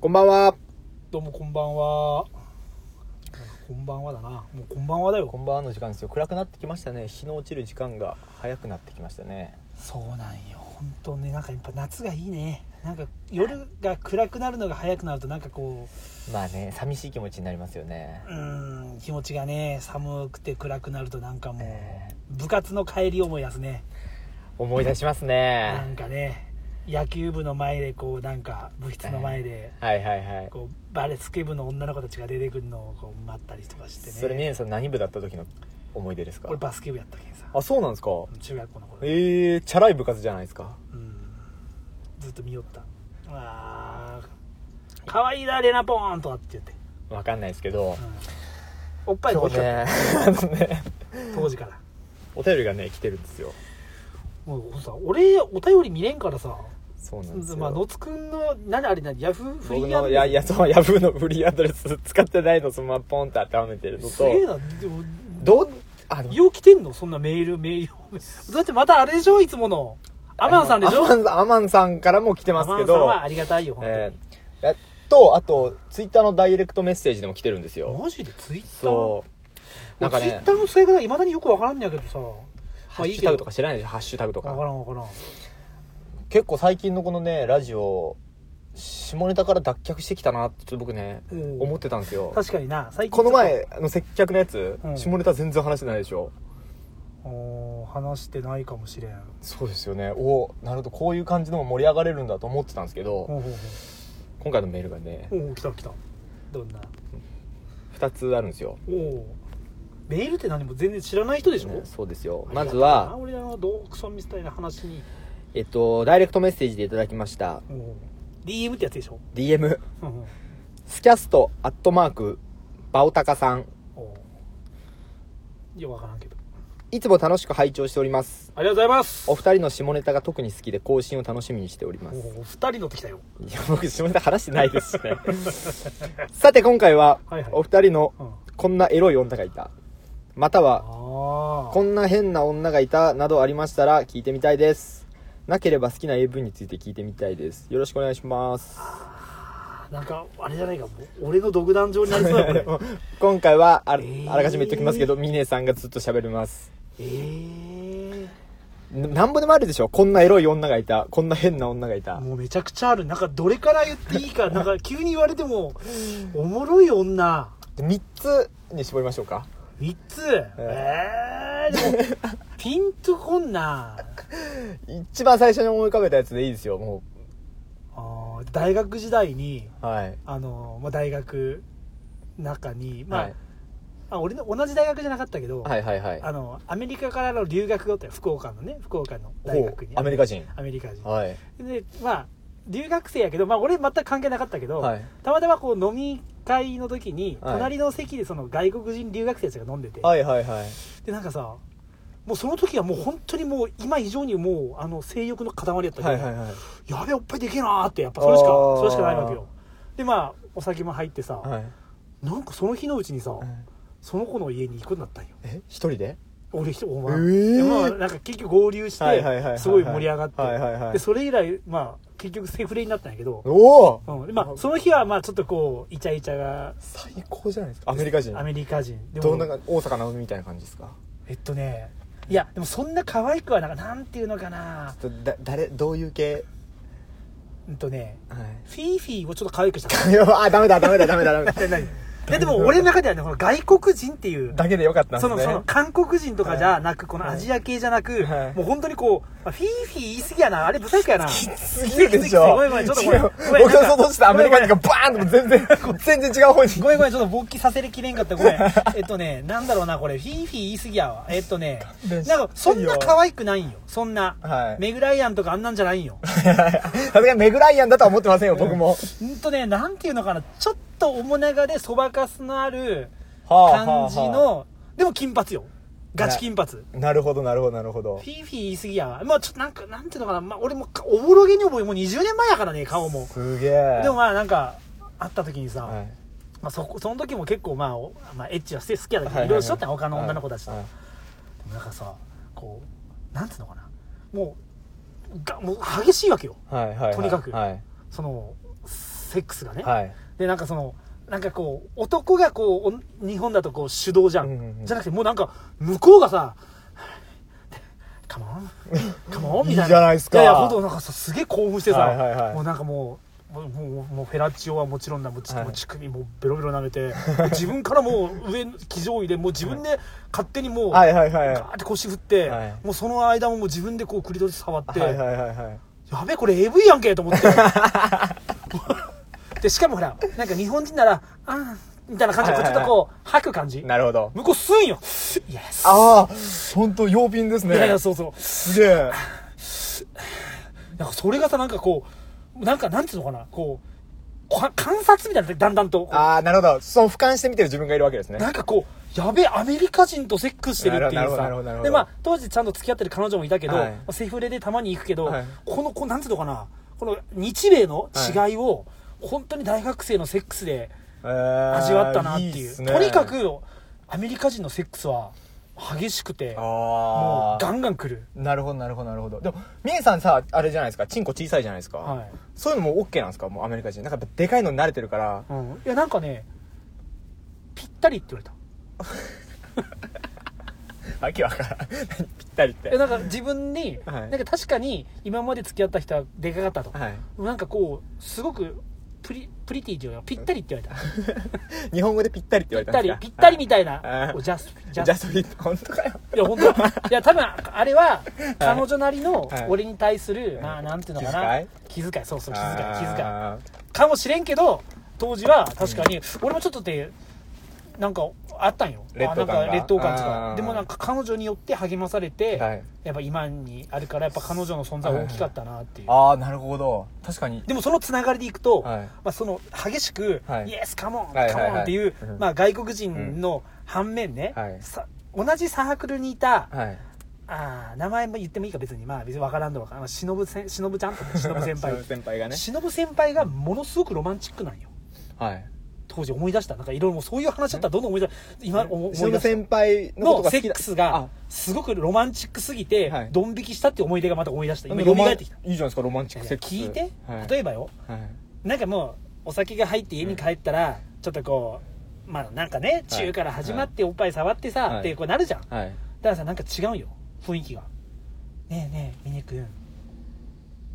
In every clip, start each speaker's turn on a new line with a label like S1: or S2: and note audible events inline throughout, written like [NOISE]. S1: こんばんは。
S2: どうもこんばんは。こんばんはだな。もうこんばんはだよ
S3: こ。んばんはの時間ですよ暗くなってきましたね日の落ちる時間が早くなってきましたね
S2: そうなんよ。本当ね、なんかやっぱ夏がいいね。なんか夜が暗くなるのが早くなるとなんかこ
S3: まあね寂しい気持ちになりますよね
S2: う、うーん、気持ちがね、寒くて暗くなるとなんかも
S3: え
S2: う、部活の帰り思い出すね。
S3: 思い出します
S2: な
S3: ね
S2: んかね、野球部の前でこうなんか部室の前で、
S3: はいはいはい
S2: こうバレスケ部の女の子たちが出てくるのをこう待ったりとかしてね。
S3: それねさん何部だった時の思い出ですか
S2: 俺バスケ部やったけんさ。
S3: あそうなんですか
S2: 中学校の頃。
S3: えー、チャラい部活じゃないですか
S2: うんずっと見よったあーかわいいだレナポーンとかって言って、
S3: わかんないですけど
S2: うんおっぱい
S3: 今
S2: と
S3: 日
S2: か、
S3: ね [LAUGHS] あのね
S2: 当時から
S3: お便りがね来てるんですよ
S2: もうさ俺お便り見れんからさ
S3: そうなんですよ、
S2: まあ野津くんの何あれ何ヤフーフリ
S3: 僕
S2: ー
S3: の
S2: アド
S3: いや
S2: レ
S3: いやそうヤフーのフリーアドレス使ってないのそのままポンって当てはめてるの
S2: スすげえ
S3: と
S2: なでも
S3: どうあでも
S2: よう来てんのそんなメールメー
S3: [LAUGHS]
S2: ルだってまたあれでしょいつものアマンさんでし
S3: ア
S2: ょ
S3: マンさんアマンさんからも来てますけど
S2: アマンさんはありがたいよ、本当に
S3: えー、えっと、あと、ツイッターのダイレクトメッセージでも来てるんですよ。
S2: マジでツイッター
S3: そう。なんか
S2: ツイッ
S3: ね
S2: タ、ーの使い方いまだによくわからんんやけどさ
S3: ハッシュタグと
S2: か
S3: か知らないでしょ、ハッシュタグと
S2: わか
S3: か。
S2: らんわからん
S3: 結構最近のこのね、ラジオ、下ネタから脱却してきたなって、ちょっと僕ね、
S2: うん
S3: 思ってたんですよ。
S2: 確かにな最近
S3: この前、あの、接客のやつ、
S2: うん
S3: 下ネタ全然話してないでしょ。
S2: おー話してないかもしれん
S3: そうですよね。おなるほど、こういう感じでも盛り上がれるんだと思ってたんですけど、
S2: ほうほう
S3: 今回のメールがね、
S2: ほうおお来た来たどんな
S3: 2つあるんですよ。
S2: おおメールって何も全然知らない人でしょ、
S3: ねそうですよ。
S2: ありが
S3: ま
S2: た
S3: ず
S2: いな
S3: は、
S2: 俺らの洞窟さんみたいな話に
S3: えっと、ダイレクトメッセージでいただきました。
S2: おお DM ってやつでしょ
S3: DM。
S2: ほうほ
S3: スキャストアットマークバオタカさん
S2: うおおいやわからんけど
S3: いつも楽しく拝聴しております
S2: ありがとうございます
S3: お二人の下ネタが特に好きで更新を楽しみにしております
S2: おお二人乗ってきたよ
S3: いや僕下ネタ話してないです
S2: [LAUGHS]
S3: しねさて今回は
S2: はいはい
S3: お二人の
S2: うんあ
S3: こんなエロい女がいたまたは
S2: あ
S3: こんな変な女がいたなどありましたら聞いてみたいですなければ好きな AV について聞いてみたいですよろしくお願いします
S2: なんかあれじゃないかもう俺の独壇場になりそうだこれ
S3: [LAUGHS] 今回はあ,、
S2: ー
S3: あらかじめ言っておきますけどミネさんがずっと喋ります
S2: ええ
S3: ななんぼでもあるでしょこんなエロい女がいた。こんな変な女がいた。
S2: もうめちゃくちゃある。なんかどれから言っていいか、なんか急に言われても、おもろい女。
S3: で3つに絞りましょうか。
S2: 3つ。えー、で
S3: [LAUGHS]
S2: も、ピンとこんな。
S3: 一番最初に思い浮かべたやつでいいですよ、も
S2: あー大学時代に、
S3: う。はい。
S2: あの、まあ、大学中に、まあ、
S3: はい、
S2: あ俺の同じ大学じゃなかったけど、
S3: はいはいはい。
S2: あの、アメリカからの留学があったよ福岡のね、福岡の大学に。
S3: ほうアメリカ人。
S2: アメリカ人。
S3: はい。
S2: で、まあ、留学生やけど、まあ、俺全く関係なかったけど、
S3: はい。
S2: たまたまこう飲み会の時に
S3: はい
S2: 隣の席でその外国人留学生たちが飲んでて、
S3: はいはいはい。
S2: でなんかさもうその時はもう本当にもう今以上にもうあの性欲の塊やったけど、
S3: はいはいはい。
S2: やべえおっぱいでけえなーってやっぱそれしか
S3: あー
S2: それしかないわけよでまあお酒も入ってさ、
S3: はい。
S2: なんかその日のうちにさ、その子の家に行くようになったんよ
S3: え、一人で
S2: 俺一人お
S3: え
S2: 前、
S3: ー
S2: でまあなんか結局合流し
S3: はいはいはいはいは
S2: て
S3: い
S2: すごい盛り上がって
S3: はいはいはい
S2: でそれ以来まあ結局セフレになったんやけど、
S3: おお
S2: うんでまあ、その日はまあちょっとこうイチャイチャが
S3: 最高じゃないですか。アメリカ人
S2: ア。メリカ人で
S3: どんな感じ、大阪直美みたいな感じですか
S2: えっとねいやでもそんな可愛くはなんかなんていうのかな
S3: ちょっとだ、誰、どういう系
S2: うんとね
S3: [LAUGHS] はい。
S2: フィーフィーをちょっと可愛くした
S3: [LAUGHS] あ、ダメだダメだダメだダメだ。
S2: え何いやでも俺の中ではねこの外国人ってい
S3: [LAUGHS]
S2: う
S3: だけでよかったんです
S2: そ
S3: ね。
S2: のその韓国人とかじゃなく、このアジア系じゃなく、
S3: はい
S2: もう本当にこう、あフィーフィー言い過ぎやな、あれ、ブサイクやな。
S3: すぎるでしょ
S2: ごめんごめんちょっとごめん
S3: 違う
S2: ごめん
S3: 僕の想像してたアメリカ人が
S2: ご
S3: バーンとも全然、全然違う方に。
S2: ごめんごめん、ちょっと勃起させれきれんかった、
S3: [LAUGHS]
S2: ごめん。えっとね、なんだろうな、これ、フィーフィー言い過ぎやわ。えっとね、
S3: 弁して
S2: なんか、そんな可愛くないんよ、そんな。
S3: はい
S2: メグライアンとかあんなんじ
S3: [LAUGHS]
S2: ゃないんよ。
S3: さすがにメグライアンだとは思ってませんよ、僕も。
S2: うんとね、なんていうのかな、ちょっと面長でそばかすのある
S3: はあ
S2: 感じの、
S3: は
S2: でも金髪よ。ガチ金髪。フ
S3: なるほど、なるほど、なるほど。
S2: ィーフィー言い過ぎやわ。まあちょっとなんか、なんていうのかな、まあ俺もかおぼろげに覚え、もう20年前やからね、顔も。
S3: すげえ。
S2: でもまあなんか、会った時にさ、
S3: はい、
S2: まあそこ、その時も結構まあ、おまあエッチはして好きやだけど、
S3: はいい
S2: ろいろしとったんよ他の女の子たちと。
S3: はい
S2: でもなんかさ、こう、なんていうのかな、もう、がもう激しいわけよ。
S3: はいはいはい。
S2: とにかく
S3: はい。
S2: その、セックスがね、
S3: はい
S2: でなんかそのなんかこう男がこうお日本だとこう主導じゃん,、
S3: うんうんうん
S2: じゃなくてもうなんか向こうがさ [LAUGHS] 「カモンカモン」みたいな。
S3: いいじゃないですか
S2: いやいや本当なんかさすげえ興奮してさ、
S3: はいはいはい
S2: もうなんかもう。もうもうもうフェラッチオはもちろんだもうち,、
S3: はい
S2: もう乳首もベロベロ舐めて自分からもう上 [LAUGHS] 騎乗位でもう自分で勝手にもう、
S3: はいはいはいはい
S2: ガーって腰振って、
S3: はい
S2: もうその間ももう自分でこうクリトリス触って、
S3: はいはいはいはい
S2: やべえこれ AV やんけ
S3: [LAUGHS]
S2: と思ってでしかもほらなんか日本人なら「あん」みたいな感じでこうちょっとこう吐く感じ
S3: なるほど
S2: 向こう吸うんよ「イエス」
S3: ああ本当用品です
S2: いやい
S3: ね
S2: やそうそう
S3: すげえ
S2: なんかそれがさなんかこうなんかなんつうのかなこうこ観察みたいになってだんだんと
S3: ああなるほどその俯瞰して見てる自分がいるわけですね
S2: なんかこうやべえアメリカ人とセックスしてるってい
S3: なる
S2: う
S3: ほどな
S2: さ
S3: るほどなるほど
S2: でまあ当時ちゃんと付き合ってる彼女もいたけど、
S3: はい
S2: まあセフレでたまに行くけど、
S3: はい
S2: このこうなんつうのかなこの日米の違いを、本当に大学生のセックスで味
S3: 味
S2: わったなっていうとにか
S3: あ
S2: くアメリカ人のセックスは激しくて
S3: あ
S2: もうガンガン来る
S3: なるほどなるほどなるほどでもみえさんさあれじゃないですかチンコ小さいじゃないですか、
S2: は
S3: そういうのも OK なんですかもうアメリカ人なんかやっぱでかいのに慣れてるから
S2: い、うん、いやなんかねぴったりって言われた
S3: わけわからんぴったりっ
S2: え
S3: て
S2: なんか自分に、
S3: はい
S2: なんか確かに今まで付き合った人はでかかったと、
S3: はい
S2: なんかこうすごくプリプリティっていうかぴったりって言わ
S3: [LAUGHS]
S2: れた
S3: 日本語でぴったりって言
S2: ぴ
S3: われ
S2: った
S3: たんです
S2: り
S3: か
S2: ぴったりみたいな
S3: あー
S2: おジャス
S3: ジ
S2: ジャ
S3: ャ
S2: ス
S3: ストフィット本当かよ
S2: いや本当いや多分あれは彼女なりの
S3: はい
S2: 俺に対する、まあなんていうのかな気遣いそうそう気遣い気遣い
S3: あ
S2: かもしれんけど当時は確かに、俺もちょっとってなんかあったんよ
S3: 劣等感が
S2: あなんか劣等感と
S3: あ
S2: か
S3: ー
S2: でもなんか彼女によって励まされて、
S3: ーはい
S2: やっぱ今にあるからやっぱ彼女の存在は大きかったなっていう、
S3: あーなるほど確かに
S2: でもそのつながりでいくと、
S3: はい
S2: まあ、その激しく「
S3: はい
S2: イエスカモン、
S3: はい
S2: カモン」っていう、
S3: はいはい
S2: まあ、外国人の反面ね、
S3: はい
S2: さ同じサークルにいた
S3: はい
S2: あー名前も言ってもいいか別にまあ別に分からんのわからんまあ忍せん忍ちゃ
S3: [LAUGHS]
S2: んと忍先輩
S3: その先輩がね
S2: 忍先輩がものすごくロマンチックなんよ
S3: はい
S2: 当時思い出したなんかいろいろもうそういう話だったらどんどん思い出今思い出
S3: 忍
S2: した
S3: 先輩のこと
S2: の
S3: が
S2: セ
S3: 好き
S2: ッ
S3: だ
S2: クス
S3: あ
S2: がすごくロマンチックすぎて
S3: はい
S2: ドン引きしたって思い出がまた思い出した今
S3: ロマン
S2: 蘇ってきた
S3: いいじゃないですかロマンチックセックス
S2: 聞いて、
S3: はい
S2: 例えばよ
S3: はい
S2: なんかもうお酒が入って家に帰ったらちょっとこうまあなんかね
S3: はい
S2: 中から始まっておっぱい触ってさ、
S3: はい
S2: ってこうなるじゃんだか
S3: はい
S2: らさなんか違うんよ雰囲気がねえねえミネ君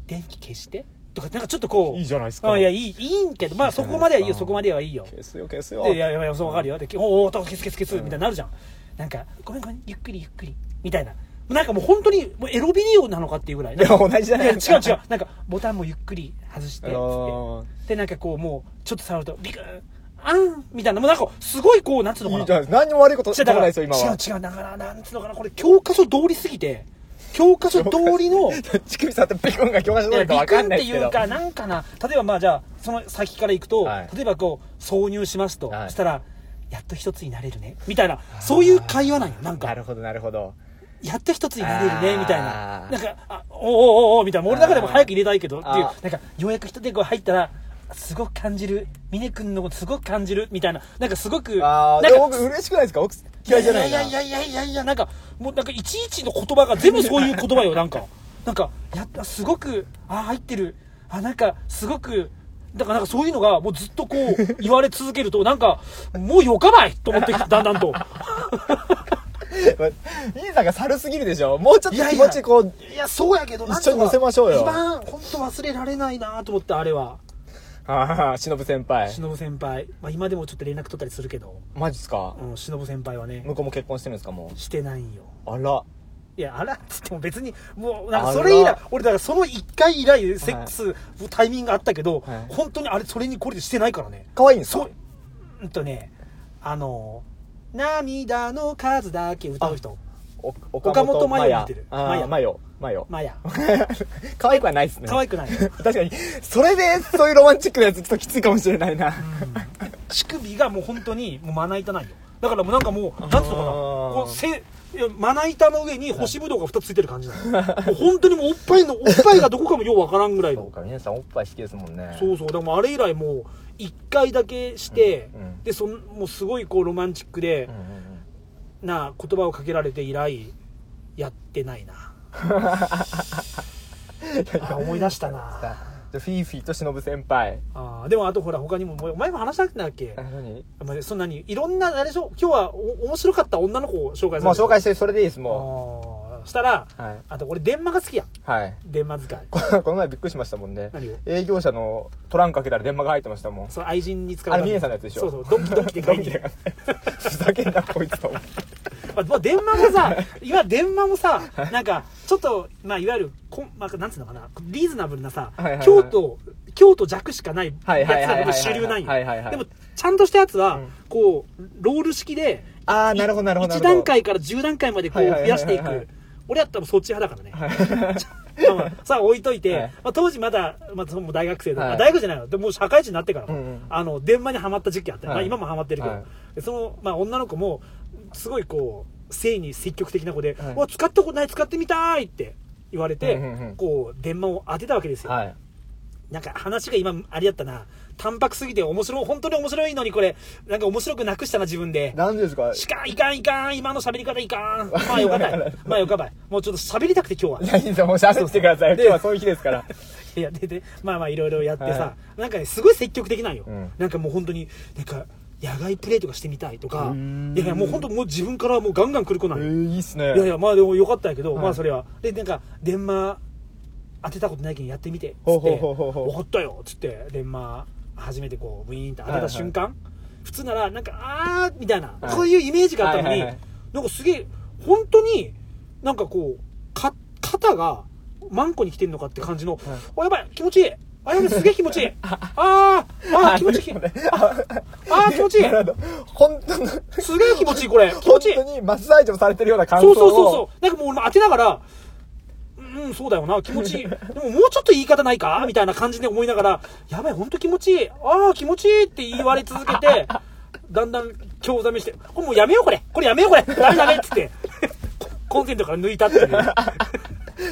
S2: 電気消してとかなんかちょっとこう
S3: いいじゃないです
S2: あ
S3: か
S2: いやいいいいんけどまあそこまではいいよそこまではいいよ
S3: 消すよ消すよ
S2: で、いやいやいや、そうわかるよ。で、おお、とケツケツケツみたいになるじゃん。なんか、ごめんごめん、ゆっくりゆっくり、みたいな。なんかもう本当に、もうエロビデオなのかっていうぐらい。
S3: いや同じじゃない
S2: や違う違う。なんか、ボタンもゆっくり外して、
S3: あの
S2: つってで、なんかこう、もう、ちょっと触ると、ビクーン、あんみたいな。もうなんか、すごいこう、なんつうのか
S3: い
S2: ない
S3: じ。ゃない何にも悪いことし
S2: 違
S3: て
S2: うだ
S3: な
S2: か
S3: い
S2: ら
S3: で
S2: 違う
S3: すよ今は
S2: 違うだからなんつうのかなこれ教科書通りすぎて教科書通り
S3: [LAUGHS]
S2: の
S3: 乳首触ってピコンが教科書
S2: い
S3: 通
S2: や
S3: りか
S2: ビ
S3: わ
S2: ク
S3: か
S2: ン
S3: ん
S2: っ
S3: ない
S2: て
S3: ですけ
S2: い
S3: ど
S2: うかなんかな例えばまあじゃあその先からいくと、
S3: はい
S2: 例えばこう挿入しますと、
S3: はい
S2: したらやっと一つになれるねみたいなそういう会話なんよなん
S3: な
S2: か
S3: るほどなるほど
S2: やっと一つになれるねみたいな
S3: あー
S2: なんかあおうおうおうおうみたいな俺の中でも早く入れたいけどっていう
S3: あ
S2: なん
S3: ー
S2: かようやく一手こう入ったらすごく感じる峰君のことすごく感じるみたいななんかすごく
S3: ああ
S2: なん
S3: で
S2: か
S3: も僕嬉しくないですか奥嫌いじゃない
S2: いや
S3: な
S2: いやいやいやいやなんかもうなんかいちいちの言葉が全部そういう言葉よなんかなんかやったすごくあ入ってるあなんかすごくだからなんかそういうのがもうずっとこう言われ続けるとなんかもうよかばいと思ってきてだんだんと
S3: 兄さんが猿すぎるでしょもうちょっと気持ちこう
S2: いやそうやけど
S3: なんとか一緒に乗せましょうよ
S2: 一番本当忘れられないなと思ってあれは
S3: ああ忍先輩
S2: 忍先輩、まあ、今でもちょっと連絡取ったりするけど、
S3: マジっすか
S2: うん、忍先輩はね
S3: 向こうも結婚してるんですかも
S2: してないんよ
S3: うあら
S2: いや、あらっつっても別に、もう、なん
S3: あ
S2: からそれ以来、俺、だからその一回以来、セックス、タイミングあったけど、
S3: はい
S2: 本当にあれ、それにこれでしてないからね。
S3: 可愛いんです
S2: そ
S3: か
S2: う、うんとね、あの、涙の数だけ歌う人、
S3: お
S2: 岡本麻代見てる
S3: あ
S2: 麻
S3: あ
S2: 代
S3: マヨマヨ
S2: マヤ。
S3: [LAUGHS] 可愛くはないですね
S2: 可愛くない。
S3: 確かにそれでそういうロマンチックなやつちょっときついかもしれないな
S2: 乳首がもう本当に、もうまな板ないよ。だからもうなんかもう、なんつうのかな、
S3: あー
S2: こうせいやまな板の上に干しぶどうが2つついてる感じな
S3: [LAUGHS]
S2: の。もう本当にもうおっぱいの、おっぱいがどこかもようわからんぐらいの。
S3: か皆さんおっぱい好きですもんね
S2: そうそうでもあれ以来もう1回だけして、
S3: うんうん
S2: でそんもうすごいこうロマンチックで
S3: うん、うんうん
S2: な言葉をかけられて以来
S3: [LAUGHS] [LAUGHS]
S2: やってないなあ思い出したな
S3: さじゃあフィーフィーと忍先輩
S2: あーでもあとほら他にもお前も話したくないっけ
S3: あ何
S2: お前そんなにいろんなあれでしょ今日はお面白かった女の子を紹介する
S3: もう紹介してそれでいいです
S2: あ
S3: も
S2: ーしたら
S3: うはい
S2: あと俺電話が好きやん
S3: はい [LAUGHS]
S2: 電話使い
S3: ここの前びっくりしましたもんね
S2: 何を
S3: 営業者のトランク開けたら電話が入ってましたもん [LAUGHS]
S2: その愛人に使う
S3: あれミネさんのやつでしょ
S2: そうそうドンキドンキで
S3: [LAUGHS] ド
S2: 買い
S3: ン
S2: に
S3: キで買ってふざけんなこいつと思って
S2: まあ、まあ電話もさ今電話もさなんかちょっと、まあ、いわゆるこん、まあ、なんつうのかなリーズナブルなさ、
S3: はいはいはい
S2: 京都京都弱しかない
S3: はい
S2: やつ
S3: はいはいはい
S2: が
S3: はい
S2: 僕主流なん
S3: はいはいは
S2: よ
S3: い
S2: でもちゃんとしたやつは、
S3: うん
S2: こうロール式で
S3: ああ
S2: い
S3: なるほどなるほど
S2: 1段 [LAUGHS] 階から10段階までこ
S3: は
S2: う
S3: い
S2: 増
S3: はいはい
S2: やしてい
S3: はいはい
S2: く俺やったらそっち派だからね、まあまあ、さあ置いといて、
S3: はい
S2: まあ、当時まだ、まあ、その大学生だ、
S3: はい
S2: あ大学じゃないのでもう社会人になってから、
S3: うんうん
S2: あの電話にはまった時期あって、
S3: はい
S2: まあ、今もはまってるけど、
S3: はい
S2: でその、まあ、女の子もすごいこう性に積極的な子で「
S3: はいう
S2: わ使ったことない使ってみたい!」って言われて、
S3: うんうんうん
S2: こう電話を当てたわけですよ、
S3: はい
S2: なんか話が今あれやったな淡白すぎて面白い本当に面白いのにこれなんか面白くなくしたな自分で。
S3: 何ですか
S2: しかんいかんいかん今の喋り方いかんまあよか
S3: [LAUGHS]
S2: ばいまあよかばいもうちょっと喋りたくて今日は
S3: 何ですかもう喋ってください今日はそういう日ですから
S2: いやででまあまあいろいろやってさ、
S3: は
S2: なんかねすごい積極的なんよ、
S3: うん
S2: なんかもう本当になんか野外プレーとかしてみたいとか
S3: うーん
S2: いやいやもう本当もう自分からもうガンガン来る子な
S3: え
S2: んよ、
S3: ーいいっ [LAUGHS] すね
S2: いやいやまあでもよかったんやけど、
S3: はい
S2: まあそれはでなんか電話当てたことないけんやってみてっつって
S3: ほうほうほうほうほう
S2: 分かったよ」っつって電話初めてこうブイーンって当てた瞬間、普通ならなんか「あー」みたいな、
S3: はい
S2: そういうイメージがあったのに、
S3: はいはいはい
S2: なんかすげえ本当になんかこうか肩がマンコに来てんのかって感じの「おやばい気持ちいい」あやばいすげえ気
S3: [LAUGHS]
S2: 持ちいいあーあー気持ちいいあー気持ちいい
S3: なるほど本当の
S2: すげえ気持ちいいこれ [LAUGHS] 気持
S3: 本
S2: ちいい
S3: 当にマッサージをされてるような感想
S2: そ
S3: を
S2: うそうそうそう。なんかもう俺も当てながら、うんうん、そうだよな、気
S3: [LAUGHS]
S2: 持ちいい。でももうちょっと言い方ないかみたいな感じで思いながら、やばい、ほんと気持ちいい。ああ、気持ちいいって言われ続けて、だんだん興ざめして、これもうやめよう、これ。これやめよう、これ。ダメダメっつって、ココンセントから抜いたっていう。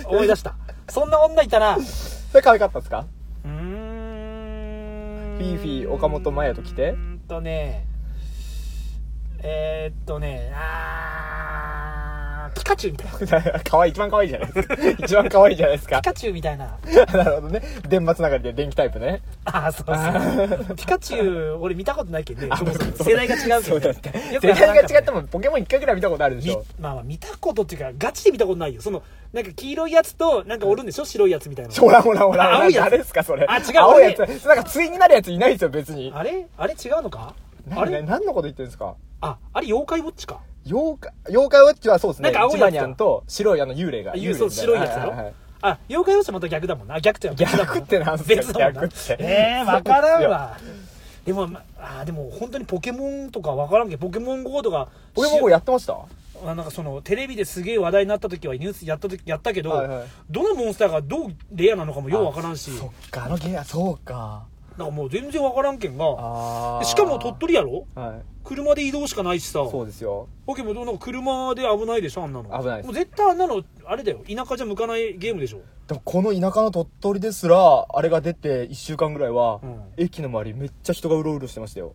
S2: 思い出した。そんな女いたら、う
S3: それ可愛かったですか
S2: ーん。
S3: フィーフィー岡本麻也と来て
S2: うーんとね、えー、っとね、あー、ピカチュウみたいな。
S3: [LAUGHS] 可愛い一番可愛いじゃないですか一番可愛いじゃないですか
S2: [LAUGHS] ピカチュウみたいな。
S3: なるほどね電話つながりで電気タイプね
S2: ああ、そうそう。ピカチュウ、俺見たことないけどね。
S3: そうそう
S2: 世代が違うけ
S3: そ
S2: ど
S3: うだって
S2: ね。
S3: 世代が違って
S2: も。
S3: もポケモン一回ぐらい見たことあるでし
S2: み
S3: ょ
S2: まあまあ見たことっていうか、ガチで見たことないよ。その、なんか黄色いやつと、なんかおるんでしょ白いやつみたいな。
S3: ほらほらほら
S2: あ青いやつ
S3: 誰ですかそれ
S2: あ違う
S3: 青いや
S2: 俺
S3: つなんか対になるやついないですよ別に
S2: あれあれ違うのかあ
S3: 何
S2: れ
S3: 何のこと言ってるんですか
S2: あ、あれ妖怪ウォッチか。
S3: 妖怪妖怪ウォッチはそうですね
S2: なんか青い
S3: ジ
S2: や
S3: バ
S2: つ
S3: ニャンと白いあの幽霊が
S2: あ
S3: 幽霊みた
S2: そう白いやつだ
S3: はいはいは
S2: ろ
S3: い。
S2: あ、妖怪ウォッチはまた逆だもんな。あ逆っていうのは別だもん
S3: 逆ってなんすか
S2: 別だもんな。
S3: 逆 [LAUGHS] って
S2: えー、わからんわ。でも、まあー、でも本当にポケモンとかわからんけど、ポケモン GO とか、
S3: ポケモン GO やってました
S2: あなんかそのテレビですげえ話題になった時はニュースやった時やったけど、
S3: はいはい
S2: どのモンスターがどうレアなのかもようわからんし
S3: そっかあのゲームそうか
S2: なんかもう全然わからんけんが
S3: あ
S2: で
S3: ー
S2: しかも鳥取やろ
S3: はい
S2: 車で移動しかないしさ
S3: そうですよ
S2: オケもなんか車で危ないでしょあんなの
S3: 危ないです
S2: もう絶対あんなのあれだよ田舎じゃ向かないゲームでしょ
S3: でもこの田舎の鳥取ですらあれが出て1週間ぐらいは、
S2: うん
S3: 駅の周りめっちゃ人がうろうろしてましたよ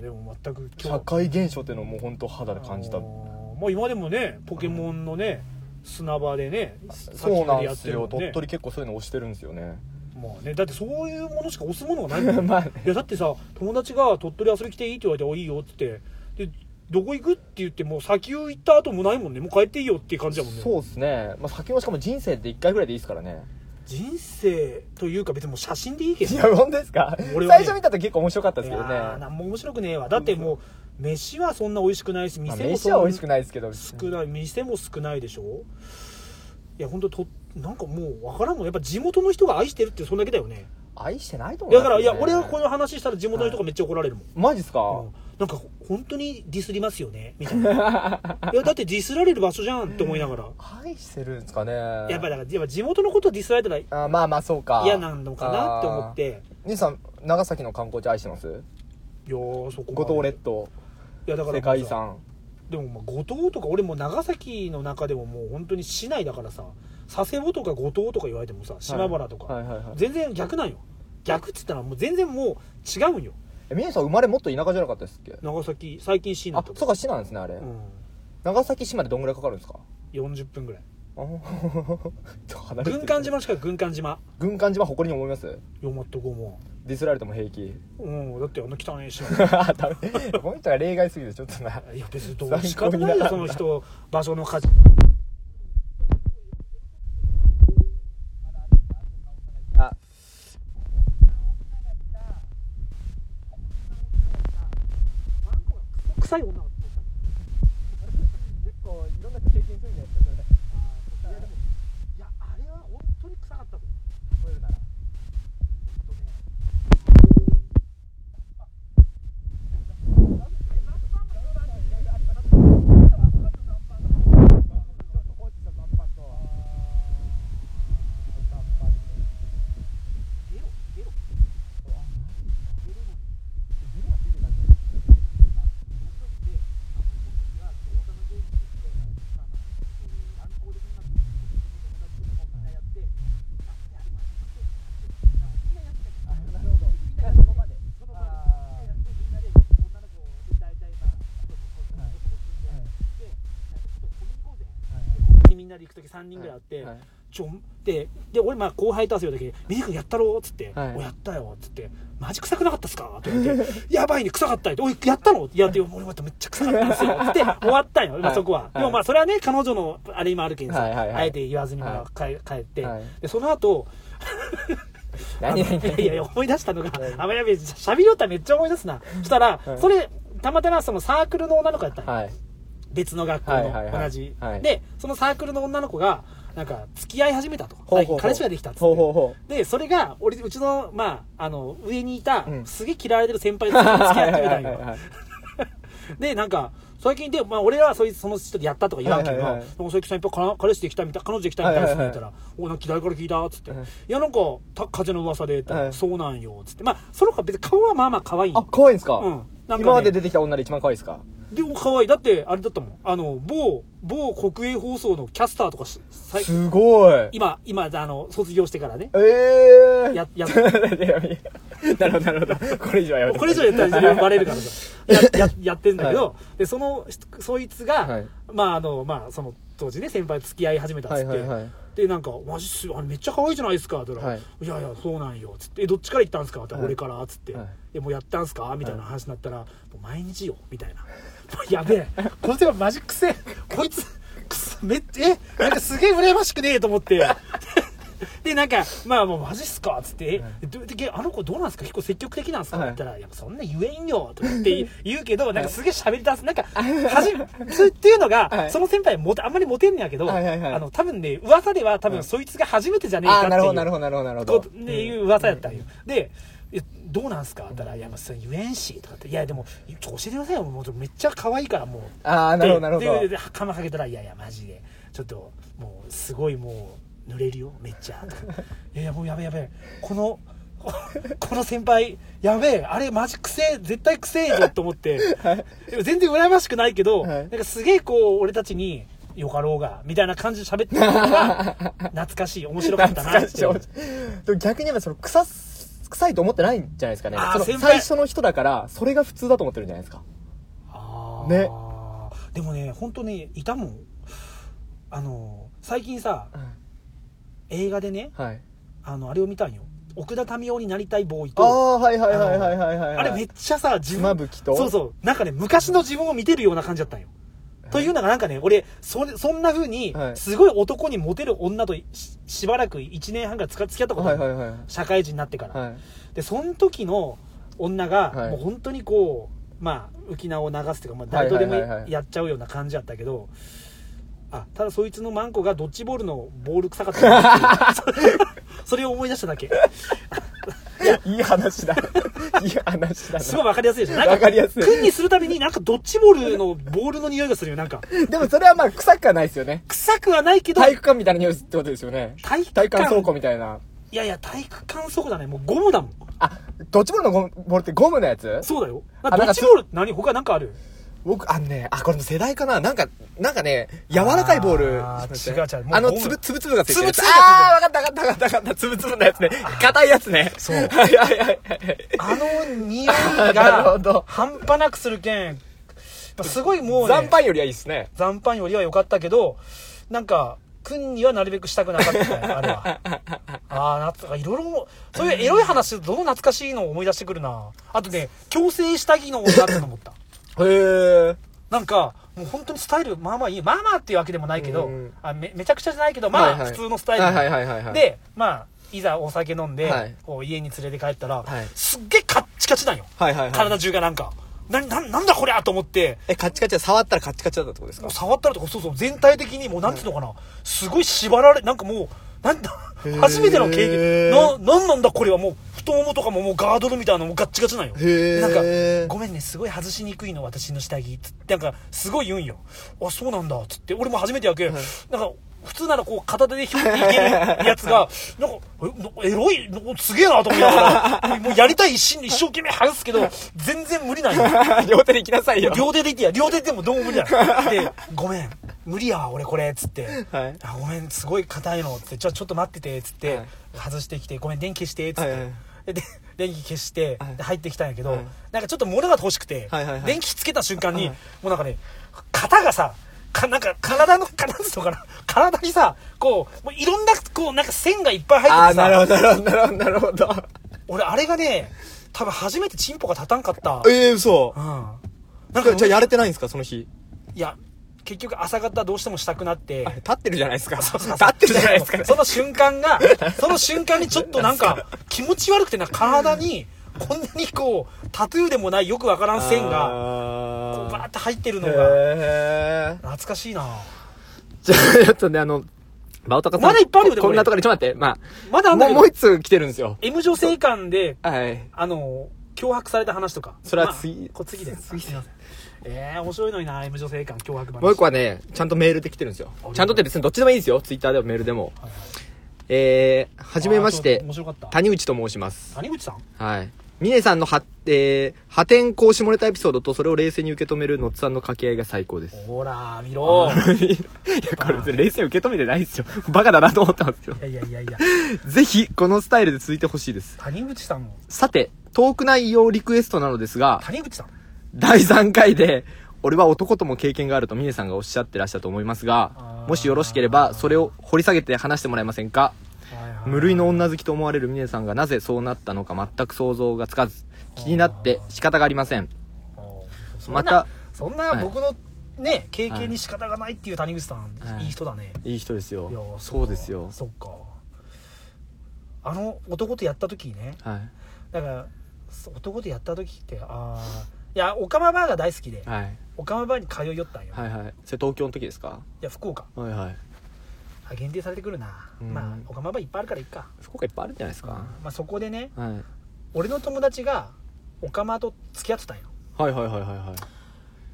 S2: でも全く
S3: 社会現象っていうのをもう本当肌で感じた
S2: あのーまあ今でもねポケモンのね砂場でね
S3: そうなんですよ、
S2: 先ほ
S3: 鳥
S2: どやってるもんね
S3: 取結構そういうの推してるんですよ
S2: [LAUGHS]
S3: ね
S2: まあねだってそういうものしか押すものがないもん
S3: まあね
S2: いやだってさ友達が鳥取遊びに来ていいって言われて「おいいよ」って言ってでどこ行くって言ってもう先を行った後もないもんねもう帰っていいよっていう感じだもんね
S3: そうですね、まあ、先はしかも人生で1回ぐらいでいいですからね
S2: 人生というか別にもう写真でいいけど
S3: いや本当ですか、
S2: 俺はね
S3: 最初見た時結構面白かったですけどね
S2: いやーなんも面白くねえわだってもう飯はそんな美味しくないし
S3: まあ、
S2: 店もそ
S3: 飯
S2: んな
S3: は美味しくないですけど
S2: 少ない店も少ないでしょいや本当となんかもう分からんもんやっぱ地元の人が愛してるってそんだけだよね
S3: 愛してないと思う
S2: だからいや俺がこの話したら地元の人がめっちゃ怒られるもん
S3: マジっすか、
S2: うんなんか本当にディスりますよねみたい
S3: [LAUGHS]
S2: ないやだってディスられる場所じゃんって思いながら
S3: 愛してるんですかねや
S2: やっぱだからやっぱ地元のことをディスられたら
S3: あーまあまあそうか
S2: 嫌なのかなって思って
S3: あー兄さん長崎の観光地愛してます
S2: いやーそこ
S3: 五
S2: まで
S3: 島列島
S2: いやだ
S3: 世
S2: からもうさ
S3: 界遺産
S2: でもまあ五島とか俺もう長崎の中でももう本当に市内だからさ佐世保とか五島とか言われてもさ島原とか、
S3: はいはいはいはい
S2: 全然逆なんよ逆っつったらもう全然もう違うんよ
S3: え峰さん生まれもっと田舎じゃなかったですっけ
S2: 長崎最近市内
S3: あ
S2: とか
S3: そうか市なんですねあれ、
S2: うん、
S3: 長崎市までどんぐらいかかるんですか
S2: 40分ぐらい
S3: あーちょっと離れて
S2: 軍
S3: る
S2: 艦島しか軍艦島
S3: 軍艦島誇りに思います
S2: よまっとこうも
S3: ディスられても平気 [LAUGHS]
S2: うんだってあの汚いし [LAUGHS]
S3: ダメこの人が例外すぎてちょっとない
S2: や別にどう仕方ないよその人場所の価値
S3: あ
S2: 臭い女を
S3: 結構いろんな経験するんじゃないですか
S2: いやでもいやあれは本当に臭かったと思う
S3: それ例えるなら
S2: ゲロゲロゲロのみんなで行く時3人ぐらいあって、ちょでで俺まあ後輩と遊ぶ時「ミニ君やったろ?」っつって「
S3: はい
S2: おやったよ」っつって「マジ臭くなかったっすか?」って言われて「やばいね臭かったよ」って「おいやったの?」って「やって俺まためっちゃ臭かったんですよ」っつって終わったんよ、まあ、そこは、
S3: はい
S2: でもまあそれはね彼女のあれ今あるけんさ、
S3: はいはいはい
S2: あえて言わずにま
S3: は
S2: あ帰帰って、
S3: はい
S2: でその後
S3: 何
S2: あの
S3: 何何
S2: いやいや思い出したのが
S3: はい
S2: 「あやべえしゃべりよったらめっちゃ思い出すな」そしたら、
S3: はい
S2: それたまたまそのサークルの女の子やったんよ
S3: はい
S2: 別の学校の
S3: はいはいはい
S2: 同じ、
S3: はい
S2: でそのサークルの女の子がなんか付き合い始めたと
S3: ほうほうほう
S2: 最近彼氏ができたっつって
S3: ほうほうほ
S2: でそれが俺うちの,、まあ、あの上にいた、
S3: うん
S2: すげえ嫌われてる先輩と付き合ってみたん
S3: [LAUGHS] はいはいはいは
S2: よ
S3: い
S2: でなんか最近で、まあ、俺らはそういうその人でやったとか言わんけ
S3: は
S2: ど、
S3: いはいはい
S2: でも最近先輩から彼氏できたみたい彼女できたみたいな
S3: は
S2: っ
S3: い
S2: て
S3: はいはい
S2: 言ったら「おなんか嫌いから聞いた」っつって
S3: は
S2: 「
S3: い
S2: いやなんかた風の噂で」って
S3: はい
S2: そうなんよ」っつってまあその子は別に顔はまあまあ可愛いん
S3: あ
S2: よ
S3: 可愛いんですか,、
S2: うんなんかね
S3: 今まで出てきた女で一番可愛いですか
S2: でも可愛いだってあれだったもんあの某某国営放送のキャスターとかしさい
S3: すごい
S2: 今今あの卒業してからね
S3: ええー、
S2: やや
S3: いやいやなるほどなるほどこれ以上はやめて
S2: これ以上やったら自分バレるから [LAUGHS] さやややってんだけど、でそのそいつが、
S3: はい
S2: まああのまあその当時ね先輩と付き合い始めたっつって、
S3: はいはいはい
S2: でなんか「マジっすあれめっちゃ可愛いじゃないですか」って言ったら
S3: はい
S2: いやいやそうなんよ」つってえ「どっちから行ったんですか?」って言ったら
S3: はい
S2: 俺から」っつって「
S3: はい
S2: えもうやったんすか?」みたいな話になったら「もう毎日よ」みたいな「やべえこいつがマジくせえこいつくすめっえなんかすげえ羨ましくねえ」と思って。 [LAUGHS] でなんか「まあもうマジっすか」っつって
S3: はい
S2: 「えどであの子どうなんですか結構積極的なんですか?」っ
S3: は
S2: て
S3: い
S2: 言ったら「いやそんな言えんよ」とかって言うけどなんかすげえ喋り出すなんかはじつっていうの
S3: は
S2: が
S3: い
S2: その先輩もあんまりモテんねやけど
S3: はいはいはい
S2: あの多分ね噂では多
S3: うん
S2: 分そいつが初めてじゃねえかっ
S3: あ
S2: て
S3: あ
S2: いう
S3: なるほどなるほどなるほどなるほど
S2: ことっていう噂やったんよ、でえ「どうなんすか?」って言ったら「いやもうそれ言えんし」とかって「いやでもちょ教えてくださいよもうめっちゃ可愛いからもう」
S3: ああなるほどなるほ
S2: でで
S3: ど
S2: ででカマかけたら「いやいやマジでちょっともうすごいもう濡れるよめっちゃ」とか「いやいやもうやべえやべえこのこの先輩やべえあれマジくせえ絶対くせえぞ」と思って、でも全然羨ましくないけど、
S3: はい
S2: なんかすげえこう俺たちに「よかろうが」みたいな感じで喋ってる
S3: [LAUGHS]
S2: のが懐かしい面白かったな
S3: 懐
S2: っ
S3: かしい
S2: て
S3: でも逆に言えばその臭す臭いと思ってないんじゃないですかね
S2: あー
S3: その
S2: 先輩
S3: 最初の人だからそれが普通だと思ってるんじゃないですか
S2: あー
S3: ね
S2: でもね本当ねいたもんあの最近さ映画でね
S3: はい
S2: あのあれを見たんよ奥田民生になりたいボーイ
S3: あ
S2: と
S3: あはいはいはいはいはいはい
S2: あれめっちゃさ自
S3: 妻夫木と
S2: そうそうなんかね昔の自分を見てるような感じだったんよというのがなんかね俺それそんな風に
S3: はい
S2: すごい男にモテる女とししばらく1年半ぐらいつか付き合ったことあ
S3: はい
S2: る、
S3: はいはい
S2: 社会人になってから、
S3: はい
S2: でその時の女が、
S3: はい
S2: もう本当にこうまあ浮き名を流すというか、まあ、誰とでも
S3: はいはいはいはい
S2: やっちゃうような感じやったけど、あただそいつのマンコがドッジボールのボール臭かった [LAUGHS] なっていうそれを思い出しただけ
S3: いい話だいい話だな
S2: すごい分かりやすいでしょなんか
S3: わかりやすい
S2: 君にするたびになんかドッジボールのボールの匂いがするよなんか
S3: でもそれはまあ臭くはないですよね
S2: 臭くはないけど
S3: 体育館みたいな匂いってことですよね
S2: 体育
S3: 体育
S2: 館
S3: 館倉庫みたいない
S2: やいや体育館倉庫だねもうゴムだもん
S3: あドッジボールのゴムボールってゴムのやつ
S2: そうだよ
S3: あ
S2: ド
S3: なんか
S2: ッジボールって何他なんかある
S3: 僕、あのね、あ、これも世代かななんか、なんかね、柔らかいボール。
S2: あー
S3: すいません
S2: 違う違うもう
S3: あの、
S2: ゴム
S3: つぶ、つぶつぶがついてるやつ。
S2: つぶつぶがついてる
S3: あー、わかったわかったわかったわかった。つぶつぶのやつね。硬いやつね。そう。はいはいはいはい。
S2: あの匂い
S3: [LAUGHS] なるほ
S2: が
S3: ど
S2: 半端なくするけん、やっぱすごいもう、ね、
S3: 残飯よりはいいですね。
S2: 残飯よりは良かったけど、なんか、君にはなるべくしたくなかったねあれ
S3: [LAUGHS]
S2: はああ夏かいろいろそういうエロい話どう懐かしいのを思い出してくるなあとね強制下着の女っての思
S3: [LAUGHS]
S2: った
S3: へえ
S2: なんか、もう本当にスタイル、まあまあいい。まあまあっていうわけでもないけど、
S3: うん
S2: あめめちゃくちゃじゃないけど、ま
S3: はい
S2: あ
S3: はい
S2: 普通のスタイル。
S3: はいはいはいはいはい
S2: で、まあ、いざお酒飲んで、
S3: はい
S2: こう家に連れて帰ったら、
S3: はい
S2: すっげえカッチカチなんよ。
S3: はいはいはい
S2: 体中がなんか、な、な、なんだこりゃと思って、
S3: えカッチカチで触ったらカッチカチだったってことです
S2: も
S3: か
S2: う触ったらとか、そうそう、全体的にもうなんていうのかな、すごい縛られ、なんかもう、なんだ、
S3: ー
S2: 初めての経験。な、なんなんだこれはもう、太ももとかももうガードルみたいなのもガッチガチなんよ。
S3: へー
S2: なんか、ごめんね、すごい外しにくいの、私の下着。つって、なんか、すごい言うんよ。あ、そうなんだ、つって。俺も初めてやけ、なんか、普通ならこう、片手でひょっていけるやつ
S3: [LAUGHS]
S2: が、なんか、えなエロい、なすげえなと思いながら、もうやりたい一心で一生懸命外すけど、全然無理なんよ。
S3: 両手で行きなさいよ
S2: [LAUGHS] 両手でいってや両手でもどうも無理だ
S3: [LAUGHS]
S2: よで「ごめん無理やわ俺これ」っつって「
S3: はい
S2: あごめんすごい硬いの」っつって「じゃあちょっと待ってて」っつって、
S3: はい
S2: 外してきて「ごめん電気消して」っつって、
S3: はいはい
S2: で電気消して、
S3: はい
S2: で入ってきたんやけど、
S3: はい
S2: なんかちょっと物が欲しくて、
S3: はいはいはい
S2: 電気つけた瞬間
S3: は
S2: に、
S3: い
S2: もうなんかね肩がさかなんか体のかなんつうのかな体にさこうもういろんなこうなんか線がいっぱい入っ
S3: あ
S2: て
S3: あ
S2: て
S3: なる
S2: さ
S3: ほどなるほどなるほどなるほど
S2: 俺あれがね多分初めてチンポが立たんかった、
S3: ええ嘘
S2: うん、な
S3: なんん
S2: か
S3: かじゃあやれてないんですかその日
S2: いや結局朝方どうしてもしたくなって
S3: あ立ってるじゃないですか [LAUGHS] 立
S2: そうそうそう
S3: ってるじゃないですか
S2: その瞬
S3: [LAUGHS]
S2: 間がその瞬間にちょっとなんか気持ち悪くてなんか体にこんなにこうタトゥーでもないよくわからん線がこうバー
S3: が
S2: って入ってるのが
S3: へえ
S2: 懐かしいな
S3: じゃあちょっとねあのバオタカさん
S2: まだいっぱいあるよでも
S3: こんなところにちょっと待ってま
S2: まだあ
S3: あ
S2: んだ
S3: もう
S2: けど
S3: もう一通来てるんですよ
S2: M 女性間で
S3: はい
S2: あの脅迫された話とか
S3: それは次
S2: まあこ次で次すいませんえー、面白いのにな M 女性間脅迫話
S3: もう一個はねちゃんとメールで来てるんですよちゃんとって別にどっちでもいいですよツイッターでもメールでも
S2: はいはい
S3: えー、はじめまし
S2: あー
S3: て
S2: 面白かった
S3: 谷口と申します
S2: 谷口さん
S3: はい。ミネさんのは、えー、破天荒下ネタエピソードとそれを冷静に受け止めるのっつさんの掛け合いが最高です。
S2: ほら見ろ
S3: いや、これ別に冷静に受け止めてないですよ。バカだなと思ったんですよ
S2: い。やいやいやいや
S3: ぜひ、このスタイルで続いてほしいです。
S2: 谷口さんも
S3: さて、トーク内容リクエストなのですが、
S2: 谷口さん
S3: 第3回で、俺は男とも経験があるとミネさんがおっしゃってらっしゃると思います
S2: あ
S3: が、
S2: ー
S3: もしよろしければ、それを掘り下げて話してもらえませんか
S2: はいはい
S3: 無類の女好きと思われるミネさんがなぜそうなったのか全く想像がつかず、気になって仕方がありません。
S2: そんな
S3: また
S2: そんな僕のね、経験に仕方がないっていう谷口さん、、
S3: はいい
S2: い人だね
S3: いい人です
S2: いや
S3: よ
S2: ー。
S3: そうですよ。
S2: そっかあの男とやった時にね
S3: はい。
S2: だからそ男とやった時ってああいやオカマバーが大好きで
S3: はい。
S2: オカマバーに通いよったんよ、
S3: はい
S2: い、
S3: はい。それ東京の時ですか
S2: や福岡
S3: はいはい。
S2: あ限定されてくるな、
S3: うん
S2: まあオカマバーいっぱいあるからいっか、
S3: 福岡いっぱいあるんじゃないですか。
S2: まあ、そこでね
S3: はい。
S2: 俺の友達がオカマと付き合ってたんよ
S3: はいはいはいはいはい。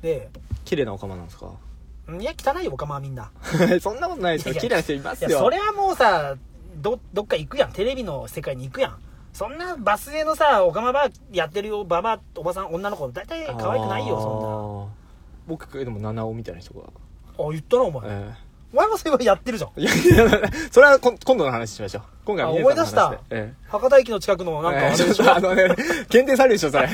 S2: で
S3: 綺麗なお釜なんですか [LAUGHS]
S2: いや汚いよオカマはみんな
S3: そんなことないですよ。
S2: いや
S3: 綺麗な人います
S2: いや
S3: よ。
S2: それはもうさどどっか行くやんテレビの世界に行くやんそんなバス停のさオカマバーやってるよババアおばさん女の子大体可愛くないよそ
S3: んな。僕、でも七尾みたいな人が。
S2: んなあ言ったなお前、
S3: え
S2: お前もそういえばやってるじゃん
S3: えいやいやいや、それはこん今度の話しましょう。今回は
S2: あ
S3: ミネさんの話で
S2: 思い出した
S3: え
S2: 博多駅の近くの
S3: え
S2: なんかあ
S3: ええ
S2: れでしょ
S3: ちょっとあのね、検定されるでしょ、 [LAUGHS] それ。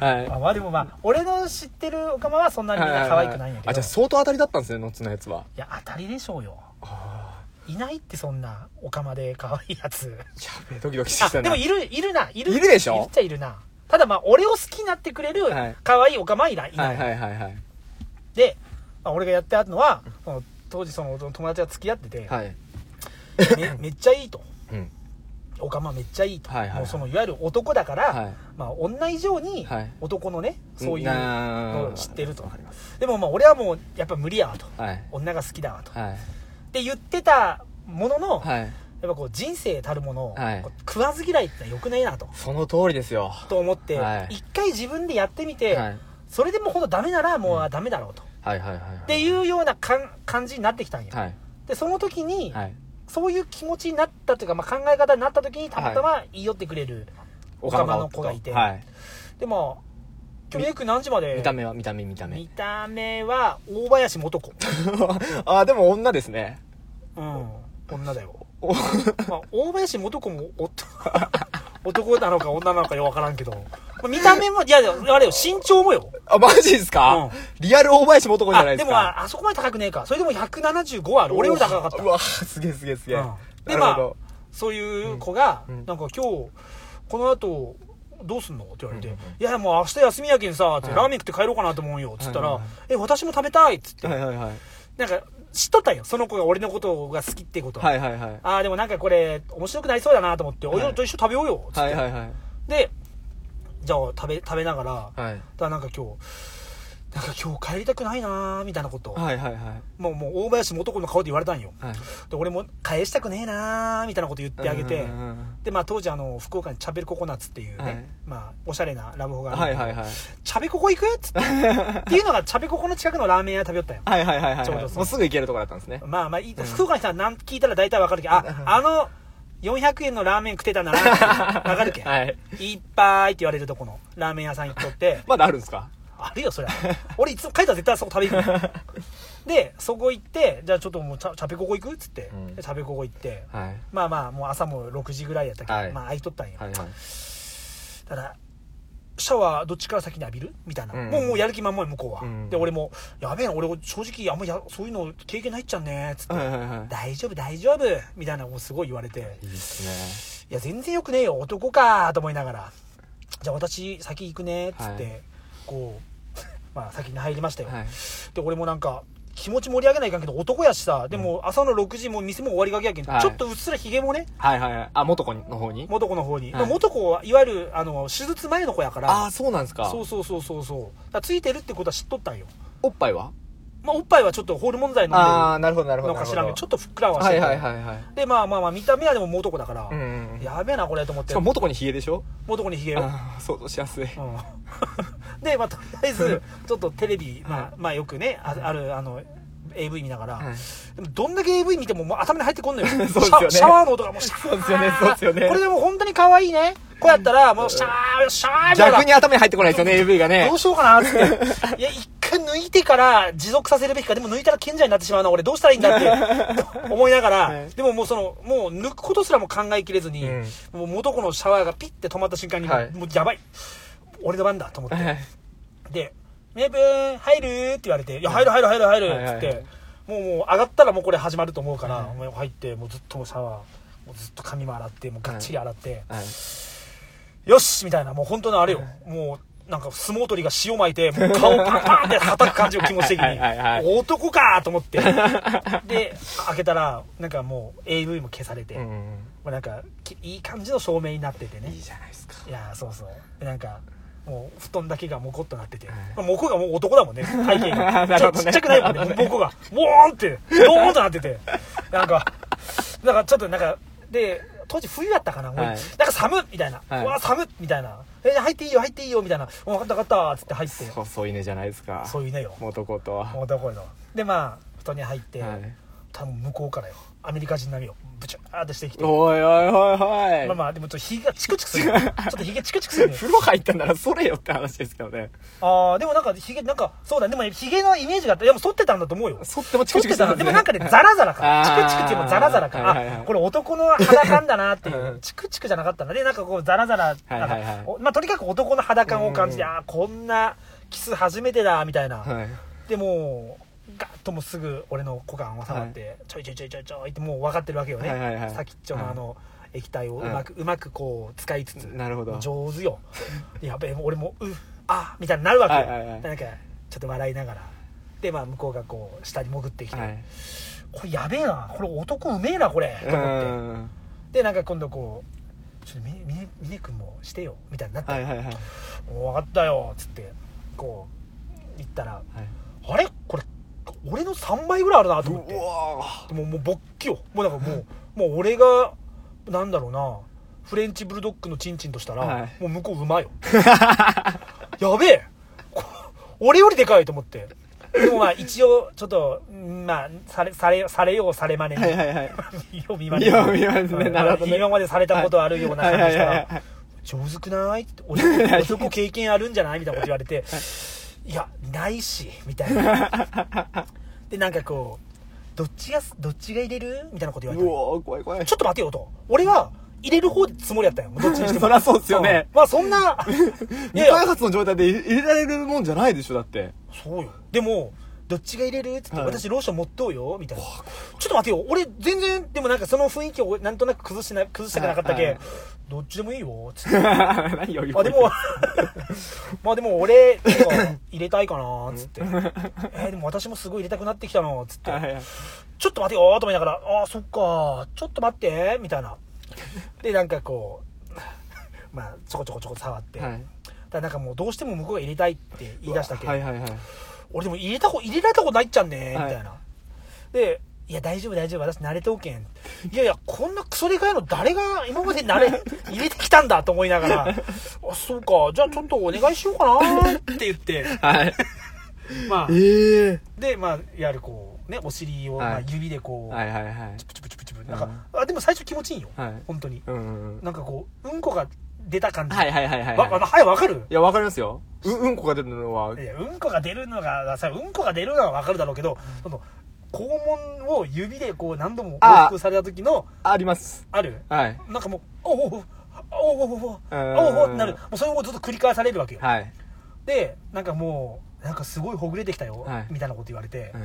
S3: はい。
S2: あまあでもまあ俺の知ってるオカマはそんなにみんな可愛くないんやけど、
S3: あ、じゃあ相当当たりだったんですね、ノッツのやつは。
S2: いや当たりでしょうよ
S3: あ
S2: いないってそんなオカマで可愛いやつ
S3: あ、やべえ、ドキドキして
S2: あ
S3: きた
S2: で
S3: な
S2: も。いるいるないる
S3: いるでしょ
S2: いるっちゃいるなただまあ俺を好きになってくれる
S3: はい
S2: 可愛いオカマはいない、いない
S3: はいはいはいはい。
S2: で、まあ、俺がやってあったのはその当時その友達が付き合ってて、
S3: はい。
S2: めめっちゃいいと
S3: うん。
S2: おかまめっちゃいいと、
S3: はいはいはい
S2: もうそのいわゆる男だから、
S3: はい
S2: まあ、女以上に
S3: はい
S2: 男のね、そういうの
S3: の
S2: を知ってると
S3: わかります。
S2: でもまあ俺はもうやっぱ無理やわと
S3: はい。
S2: 女が好きだわと、
S3: はい。
S2: って言ってたものの、やっ
S3: はい。
S2: ぱこう人生たるものを、
S3: はい
S2: こう食わず嫌いってのはよくないなと。
S3: その通りですよ。
S2: と思って、
S3: はい
S2: 一回自分でやってみ
S3: は
S2: て、
S3: い。はい
S2: それでもほんとダメならもうあダメだろうと、
S3: はいはいはい。
S2: って
S3: う。
S2: いうようなかん感じになってきたんよ、
S3: はい。
S2: でその時に、
S3: はい。
S2: そういう気持ちになったというか、まあ、考え方になった時にたまたま言い寄ってくれる、オカマの子がいて
S3: はい。
S2: でも今日メイク何時まで
S3: 見た目は見た目見た
S2: 見
S3: 目。
S2: た目は大林素子
S3: [LAUGHS] あ、でも女ですね。
S2: うん女だよ、
S3: お
S2: [LAUGHS] まあ、大林素子もお男なのか女なのかよくわからんけど見た目も、いや、あれよ、身長もよ。
S3: あ、マジですか、
S2: うん
S3: リアル大林元子じゃな
S2: あ、
S3: いで
S2: ですも
S3: か。
S2: あ、あそこまで高くねえか。それでも175はある。俺より高かった
S3: う。わ、すげえすげえすげえ。
S2: で
S3: なる
S2: ま
S3: ほ
S2: あ
S3: ど。
S2: そういう子が、
S3: うん
S2: なんか今日この後どうすんのって言われて「
S3: うんうん
S2: いやもう明日休みやけんさ」って、
S3: はい
S2: ラーメン食って帰ろうかなと思うよ」っつったら「
S3: はいはいはい
S2: え私も食べたい」っつって、
S3: はいはいはい。
S2: なんか知っとったんよその子が俺のことが好きってこと、
S3: はいはいはい。
S2: ああでもなんかこれ面白くなりそうだなと思って「
S3: はい
S2: おいと一緒に食べようよ」っつって、
S3: はいはいはい。
S2: でじゃあ食べ食べながら、だか
S3: はい。
S2: らなんか今日なんか今日帰りたくないなーみたいなこと、
S3: はいはいはい。
S2: もうもう大林素子の顔で言われたんよ
S3: はい。
S2: で俺も返したくねえなーみたいなこと言ってあげて、
S3: うんうんうん
S2: でまあ、当時あの福岡にチャベルココナッツっていうね、
S3: はい
S2: まあ、おしゃれなラブホがあるん
S3: は
S2: だ
S3: い
S2: けど
S3: はいはい。
S2: チャベココ行くっつっ
S3: [LAUGHS]
S2: てっていうのがチャベココの近くのラーメン屋食べよったよ
S3: はいはいはいはい
S2: ちょう
S3: は
S2: ど
S3: い。
S2: そう
S3: もうすぐ行けるとこだったんですね。
S2: まあまあいい福岡の人はなん聞いたら大体わかるけどああの400円のラーメン食ってたん
S3: [LAUGHS]
S2: だなってわかるけん、
S3: はい。
S2: い、っぱいって言われるとこのラーメン屋さん行っと
S3: [LAUGHS]
S2: って
S3: まだあるんですか
S2: あるよそりゃ俺いつも帰ったら絶対そこ食べ行く
S3: [LAUGHS]
S2: のでそこ行ってじゃあちょっともうチャチャベココ行くっつって、
S3: うん
S2: でチャベココ行って
S3: はい。
S2: まあまあもう朝も6時ぐらいやったけど、
S3: はい
S2: まあ空いとったんよ、
S3: はいはい。
S2: ただシャワーどっちから先に浴びるみたいな、
S3: うん
S2: もうもうやる気満々よ向こうは、
S3: うん
S2: で俺も「やべえな俺正直あんまやそういうの経験ないっちゃうね」っつって
S3: はいはいは
S2: 「大丈夫大丈夫」みたいなのをすごい言われて
S3: い。いいです
S2: 「いや全然よくねえよ男か」と思いながら「じゃあ私先行くね」っつって、
S3: は
S2: こう [LAUGHS] まあ先に入りました
S3: ね。
S2: よ、
S3: はい。
S2: で俺もなんか気持ち盛り上げないかんけど男やしさでも朝の6時もう店も終わりがけやけん、
S3: はい
S2: ちょっとうっすらひげもね
S3: はいはいはい。あ、元子の方に
S2: 元子の方に、
S3: はい
S2: 元子はいわゆるあの手術前の子やから
S3: ああ、そうなんですか。
S2: そうそうそうそうそうだからついてるってことは知っとったんよ、
S3: おっぱいは
S2: まあ、おっぱいはちょっとホルモン剤飲んでる
S3: ああ、なるほどなるほど。
S2: のか知らんけどちょっ
S3: っ
S2: とふっくらはし
S3: はい
S2: てる
S3: はいはいはい。
S2: でまあまあまあ見た目はでも元子だから、
S3: うんうんうん。
S2: やべえなこれと思っ
S3: してかも元子にヒゲでしょ
S2: 元子にひげを、うん
S3: ああ、想像しやすい。はい
S2: [LAUGHS] でまあとりあ
S3: [LAUGHS]
S2: えずちょっとテレビ、ま
S3: は
S2: あ、まあよくねああるあの AV 見ながら、でもどんだけ AV 見てももう頭に入ってこんの
S3: [LAUGHS]
S2: よ
S3: そうですよね
S2: シャシャワーの音がもうシャー
S3: そうですよねそうですよね
S2: これでもう本当に可愛いねこうやったらもうシャーシャーみたいな
S3: 逆に頭に入ってこないですよね、AV がね
S2: [LAUGHS] どう。しようか
S3: [LAUGHS]
S2: なって。いや、一回抜いてから持続させるべきか。でも抜いたら賢者になってしまうな。俺どうしたらいいんだって思いながら、
S3: はい
S2: でももうその、もう抜くことすらも考えきれずに、
S3: うん
S2: もう元子のシャワーがピッて止まった瞬間に、
S3: はい
S2: もうやばい。俺の番だと思っ
S3: はい
S2: て。で、メイブーン入るって言われて、いや、入る入る入る入る
S3: はいはい
S2: っつって、
S3: はい
S2: もうもう上がったらもうこれ始まると思うから、
S3: はい
S2: もう入って、もうずっともうシャワー、もうずっと髪も洗って、もうがっちり洗って、
S3: はい。
S2: よしみたいな、もう本当のあれよ。もう、なんか相撲取りが塩巻いて、もう顔パンパンって叩く感じの気持ち的
S3: はいはいはい
S2: に。男かと思って。で、開けたら、なんかもう AV も消されて、
S3: う
S2: も
S3: ん
S2: うなんか、きいい感じの照明になってて
S3: うん。
S2: ね
S3: いい。じゃないですか。
S2: いやーそうそう。でなんか、もう布団だけがモコっとなってて、
S3: い
S2: まあモコがもう男だもんね、体型
S3: な [LAUGHS] る
S2: が。ち
S3: ほ
S2: ょ
S3: どね
S2: ちっちゃくないもんね、モコが。ボーンって、ドーンとなってて。なんか、なんかちょっとなんか、で、当時冬だったかな、もう
S3: はい
S2: なんか寒っみたいな。
S3: はいう
S2: わ、寒っみたいな。え、入っていいよ、入っていいよ、みたいな。お分かった分かった、つって入って。
S3: 細いねじゃないですか。
S2: そういうねよ。
S3: 元子とは。は
S2: 男の。で、まあ、布団に入って、
S3: い。
S2: 多分向こうからよ、アメリカ人並みよ、ブチャーってしてきて。
S3: おいおいおいおい。
S2: まあまあ、でもちょっとひげがチクチ
S3: [LAUGHS]
S2: クする。ちょっとひげチクチクするね。
S3: 風呂入ったんならそれよって話ですけどね
S2: ああでもなんかひげなんかそうだねでもひげのイメージがあってでも剃ってたんだと思うよ
S3: そってもチクチク
S2: 剃って
S3: して
S2: た
S3: ま
S2: の
S3: すね
S2: でもなんかねザラザラかチ
S3: あー
S2: クチクっていうのもザラザラか
S3: はいはいはい
S2: あこれ男の肌感だなってい
S3: う
S2: うんチクチクじゃなかったんだねなんかこうザラザラ
S3: はいはいはい
S2: なんかおまあとにかく男の肌感を感じて
S3: うん
S2: あーこんなキス初めてだみたいな
S3: はい
S2: でもうガッともうすぐ俺の股間を触ってちょいちょいちょいちょいちょいってもう分かってるわけよ
S3: はいはいは
S2: ね
S3: い
S2: 先っちょのあの液体をうまくうまくこう使いつつ
S3: なるほど
S2: 上手よ [LAUGHS] やべえもう俺もうあみたいになるわけよ、
S3: はいはいはい
S2: なんかちょっと笑いながらでまあ向こうがこう下に潜ってきて、
S3: はい
S2: これやべえなこれ男うめえなこれと
S3: う
S2: 思って
S3: ん
S2: でなんか今度こう「ちょっとみみねみね君もしてよ」みたいになって「
S3: はいはいはいはい
S2: お分かったよ」っつってこう行ったら「あれこれ俺の3倍ぐらいあるな」と思って
S3: うわ
S2: もうもう勃起よもうなんかもうもう俺がなんだろうなフレンチブルドッグのチンチンとしたら、
S3: はい
S2: もう向こう馬よ [LAUGHS] やべえこ俺よりでかいと思ってでもまあ一応ちょっとんまあされされされようされまね、
S3: ーはいはいはい
S2: [LAUGHS] 見よう見まね
S3: 見よう見まねなるほどね
S2: 今までされたことあるような感じし
S3: は
S2: たら、
S3: いはいはいはい
S2: 上手くな
S3: [LAUGHS]
S2: いって男男経験あるんじゃないみたいなこと言われて、い、やないしみたいな
S3: [LAUGHS]
S2: でなんかこうどっちがどっちが入れるみたいなこと言わ
S3: う
S2: れて
S3: わー怖い怖い
S2: ちょっと待てよと俺が入れる方でつもりやったよ。どっちにして
S3: [LAUGHS]
S2: も。
S3: そりゃそうっすよね
S2: んまあそんな、
S3: [LAUGHS]
S2: いや
S3: 未
S2: いや
S3: 開発の状態で入れられるもんじゃないでしょだって
S2: そうよ。でも、どっちが入れるっつって、
S3: はい
S2: 私ローション持っとうよ、みたいな。ちょっと待てよ、俺全然、でもなんかその雰囲気をなんとなく崩してな、崩したくなかったけ、
S3: はいはい
S2: どっちでもいいよ、つって。
S3: [LAUGHS] 何より
S2: あ、でも、 [LAUGHS] まあでも俺、なんか入れたいかな、つって。えーでも私もすごい入れたくなってきたな、つって。ちょっと待てよ、と思いながら、ああ、そっか、ちょっと待って、みたいな。で、なんかこう、 [LAUGHS] まあ、ちょこちょこちょこ触って。
S3: はい
S2: だからなんかもうどうしても向こうが入れたいって言い出したけ、
S3: はいはいはい
S2: 俺でも入れたこ入れられたことないっちゃんね、
S3: はい
S2: みたいなでいや大丈夫大丈夫私慣れておけんいやいやこんなクソでかいの誰が今まで慣
S3: [LAUGHS]
S2: れ入れてきたんだと思いながらあそうかじゃあちょっとお願いしようかなって言って
S3: はい
S2: まあ
S3: ええ
S2: でまあやるこうねお尻を、
S3: はい
S2: まあ、指でこう、
S3: はいはいはい
S2: プチプチプチプチなんか、あでも最初気持ちいいよ、
S3: はい
S2: 本当に
S3: うんうんうん
S2: なんかこううんこが出た感じ、
S3: はいはいはいはい
S2: わ
S3: はい
S2: はいわかる
S3: いやわかりますよううんこが出るのはい
S2: やうんこが出るのがさうんこが出るのは分かるだろうけどその肛門を指でこう何度も往復された時の
S3: あります
S2: ある
S3: はい
S2: なんかもうおうおうおうおうおうおう
S3: うん
S2: おうおうってなるもうそれをずっと繰り返されるわけよ、
S3: はい
S2: でなんかもうなんかすごいほぐれてきたよ、
S3: はい
S2: みたいなこと言われて、
S3: うん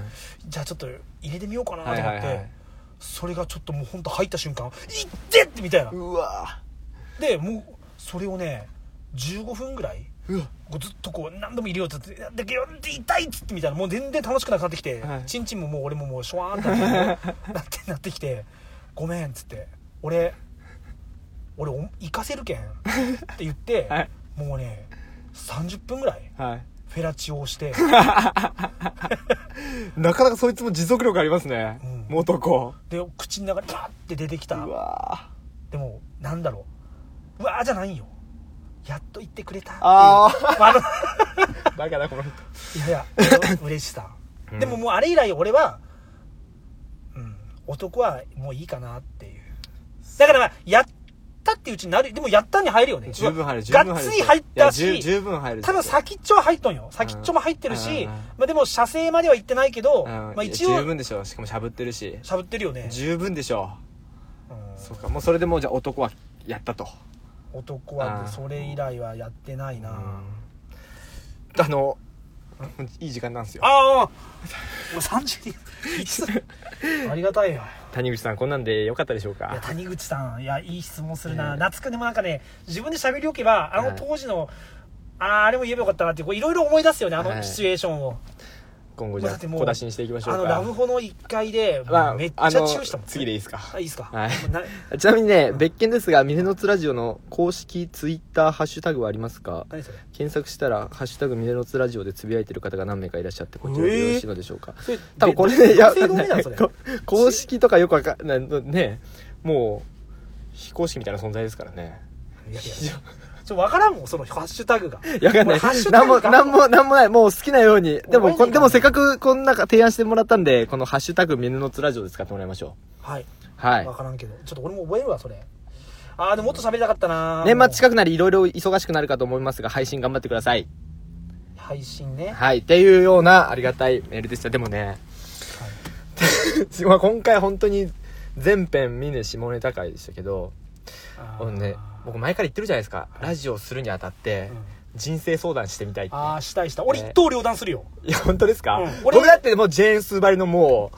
S2: じゃあちょっと入れてみようかなと
S3: は
S2: 思っ
S3: い
S2: て、
S3: はいはい
S2: それがちょっともうほんと入った瞬間「いって!」ってみたいな
S3: うわ
S2: でもうそれをね15分ぐらいう
S3: わ
S2: こうずっとこう何度も入れようとって「で痛い!」っつってみたいなもう全然楽しくなくなってきて、
S3: はい
S2: チンチンももう俺ももうシュワーンってなってなってなってきて「ごめん」っつって「俺俺お行かせるけん」って言って、
S3: [LAUGHS] はい
S2: もうね30分ぐらい
S3: はい
S2: フェラチオをして
S3: [LAUGHS] なかなかそいつも持続力ありますね
S2: うん
S3: 元子
S2: で口の中にパッて出てきた
S3: うわ
S2: でもなんだろううわーじゃないよやっと言ってくれたっていう
S3: あ
S2: まああの
S3: だからこの人
S2: いや
S3: [LAUGHS]
S2: いや、あの嬉しさ。
S3: うん
S2: でももうあれ以来俺は、うん、男はもういいかなっていう。だからまあ、やったっていううちになる、でもやったに入るよね。
S3: 十分入る十
S2: が
S3: 分入る
S2: っつり入った
S3: いや十
S2: し、
S3: 十分入る
S2: ただ先っちょは入っとんよ。先っちょも入ってるし、
S3: うん
S2: まあでも射精までは行ってないけど、
S3: うん
S2: ま
S3: い
S2: あ
S3: や
S2: 一
S3: 十
S2: 応、
S3: 分でしょしかもしゃぶってるし
S2: しゃぶってるよね。
S3: 十分でしょ
S2: うん
S3: そうかもうそれでもうじゃあ男はやったと
S2: 男は
S3: あー
S2: それ以来はやってないな。
S3: あのいい時間なんですよ
S2: ああもう30人。
S3: [LAUGHS]
S2: いつありがたいよ。
S3: 谷口さんこんなんでよかったでしょう
S2: いや
S3: か
S2: 谷口さんいやいい質問するな、
S3: ね
S2: 夏くんでもなんかね自分で喋りおけばあ
S3: は
S2: の
S3: い
S2: 当時の、あああれも言えばよかったなってこういろいろ思い出すよねあ
S3: は
S2: の
S3: い
S2: シチュエーションを、
S3: 今後じゃ
S2: だ
S3: あ
S2: ってもう
S3: 小出しにしていきましょう
S2: あ
S3: か
S2: のラブホの1階で、
S3: まあ
S2: めっち
S3: あ
S2: ゃチュ
S3: の
S2: ーしたもん
S3: 次でいいですか
S2: あいいですか、
S3: はい
S2: な
S3: ちなみにね、別件ですが、ミネノツラジオの公式ツイッターハッシュタグはありますか
S2: 何それ
S3: 検索したら、ハッシュタグミネノツラジオでつぶやいてる方が何名かいらっしゃって、こちら
S2: え
S3: で
S2: ー
S3: よろしいのでしょうか。
S2: それ
S3: 多分これね、
S2: や
S3: わかん
S2: な
S3: ないい
S2: なそれ
S3: こ公式とかよくわかんない、ね、もう、非公式みたいな存在ですからね。
S2: いやいやちょっと分からんもんそのハッシュタグが
S3: いやわかん
S2: も
S3: な
S2: う
S3: い
S2: ハッシュ。タ
S3: なん
S2: グ
S3: も、
S2: が
S3: なんも、なんもない。もう好きなように。でも、
S2: 覚えていいか
S3: こ
S2: ら
S3: でもせっかく、こんなか提案してもらったんで、このハッシュタグミネノツラジオで使ってもらいましょ
S2: はい、
S3: う。はい
S2: 分。からんけどちょっと俺も覚えるわそれああでももっと喋りたかったな
S3: 年末
S2: か
S3: 近くなり、いろいろ忙しくなるかと思いますが、配信頑張ってください。
S2: 配信ね、
S3: はい。っていうようなありがたいメールでした。でもね、 [LAUGHS] まあ今回本当に全編ミネ下ネタ会でしたけど、
S2: あ
S3: あのね、僕前から言ってるじゃないですか。ラジオするにあたって
S2: うん、
S3: 人生相談してみたいって。
S2: あーしたいした俺
S3: ね
S2: 一刀両断するよ、
S3: いや、本当ですか、
S2: うん俺
S3: 僕だってもうジェーンスーばりのもう、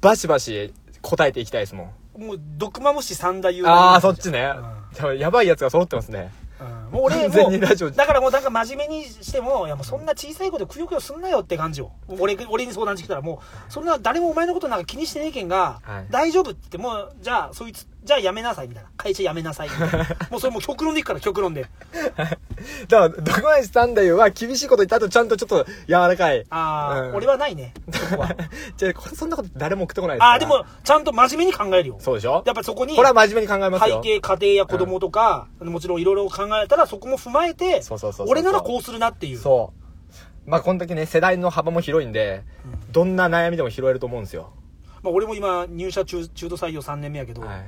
S3: バシバシ答えていきたいですもん。
S2: もう毒まむし三大優
S3: ああ、そっちね。やばいやつが揃ってますね。
S2: うん、もう俺
S3: 完全
S2: も
S3: にラジオ
S2: うだからもうなんか真面目にしてもいやもうそんな小さいことくよくよすんなよって感じを俺俺に相談してきたらもうそんな誰もお前のことなんか気にしてねえけんが、
S3: はい
S2: 大丈夫って言ってもうじゃあそいつじゃあやめなさいみたいな会社やめなさいみた
S3: [LAUGHS]
S2: いなもうそれもう極論でいくから極論で
S3: だから、ドクマイスサンダーは厳しいこと言った後、ちゃんとちょっと柔らかい。
S2: ああ、
S3: うん
S2: 俺はないねそこは
S3: [LAUGHS] じゃあ、これそんなこと誰も送ってこないですから
S2: ああでもちゃんと真面目に考えるよ
S3: そうでしょ
S2: やっぱそこに
S3: これは真面目に考えます
S2: 背
S3: よ。
S2: 景家庭や子供とか、もちろんいろいろ考えたらそこも踏まえて
S3: そうそうそうそう
S2: 俺ならこうするなっていう
S3: そう。まあ、こんだけね、世代の幅も広いんで、どんな悩みでも拾えると思うんですよ。
S2: まあ、俺も今入社中中途採用3年目やけど、
S3: はい。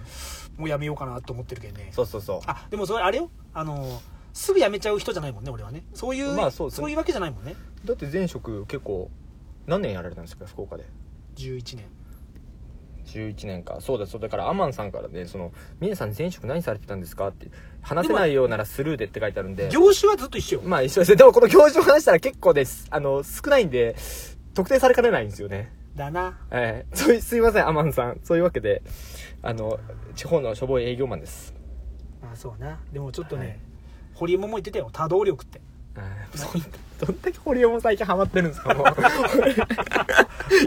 S2: もうやめようかなと思ってるけどね
S3: そうそうそう。
S2: あでもそれあれよあのすぐ辞めちゃう人じゃないもんね俺はねそういう、
S3: まあそ
S2: そうう
S3: ですね
S2: いうわけじゃないもんね
S3: だって前職結構、何年やられたんですか、福岡で。
S2: 11年
S3: 11年かそうだそうだからアマンさんからね「その峰さん前職何されてたんですか?」って「話せないようならスルーで」って書いてあるんで
S2: 業種はずっと一緒よ
S3: まあ一緒ですねでもこの教授の話したら結構ですあの少ないんで特定されかねないんですよね
S2: だな
S3: ええそういすいませんアマンさんそういうわけであの地方のしょぼい営業マンです
S2: まあそうなでもちょっとね、
S3: はい
S2: 堀江も言ってたよ多動力って
S3: そんどんだけ堀江も最近ハマってるんですかもう [LAUGHS]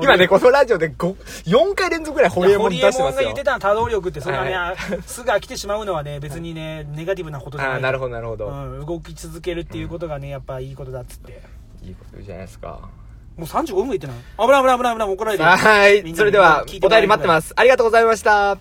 S3: 今ねこのラジオでご4回連続ぐらい堀江も出して
S2: いや
S3: ます
S2: が言
S3: よ
S2: ってたの多動力ってそんなね、
S3: は
S2: あすぐ飽きてしまうのはね別にね、ネガティブなことじゃ
S3: あ
S2: な
S3: あ
S2: い
S3: なるほどなるほど、
S2: うん、動き続けるっていうことがねやっぱいいことだっつって
S3: いいことじゃないですか
S2: もう35分も言ってない危ない危ない危ない危ない怒られるよ
S3: は
S2: みん
S3: い
S2: な
S3: それでは
S2: 聞い
S3: お
S2: もら
S3: 便り
S2: える
S3: 待ってますありがとうございました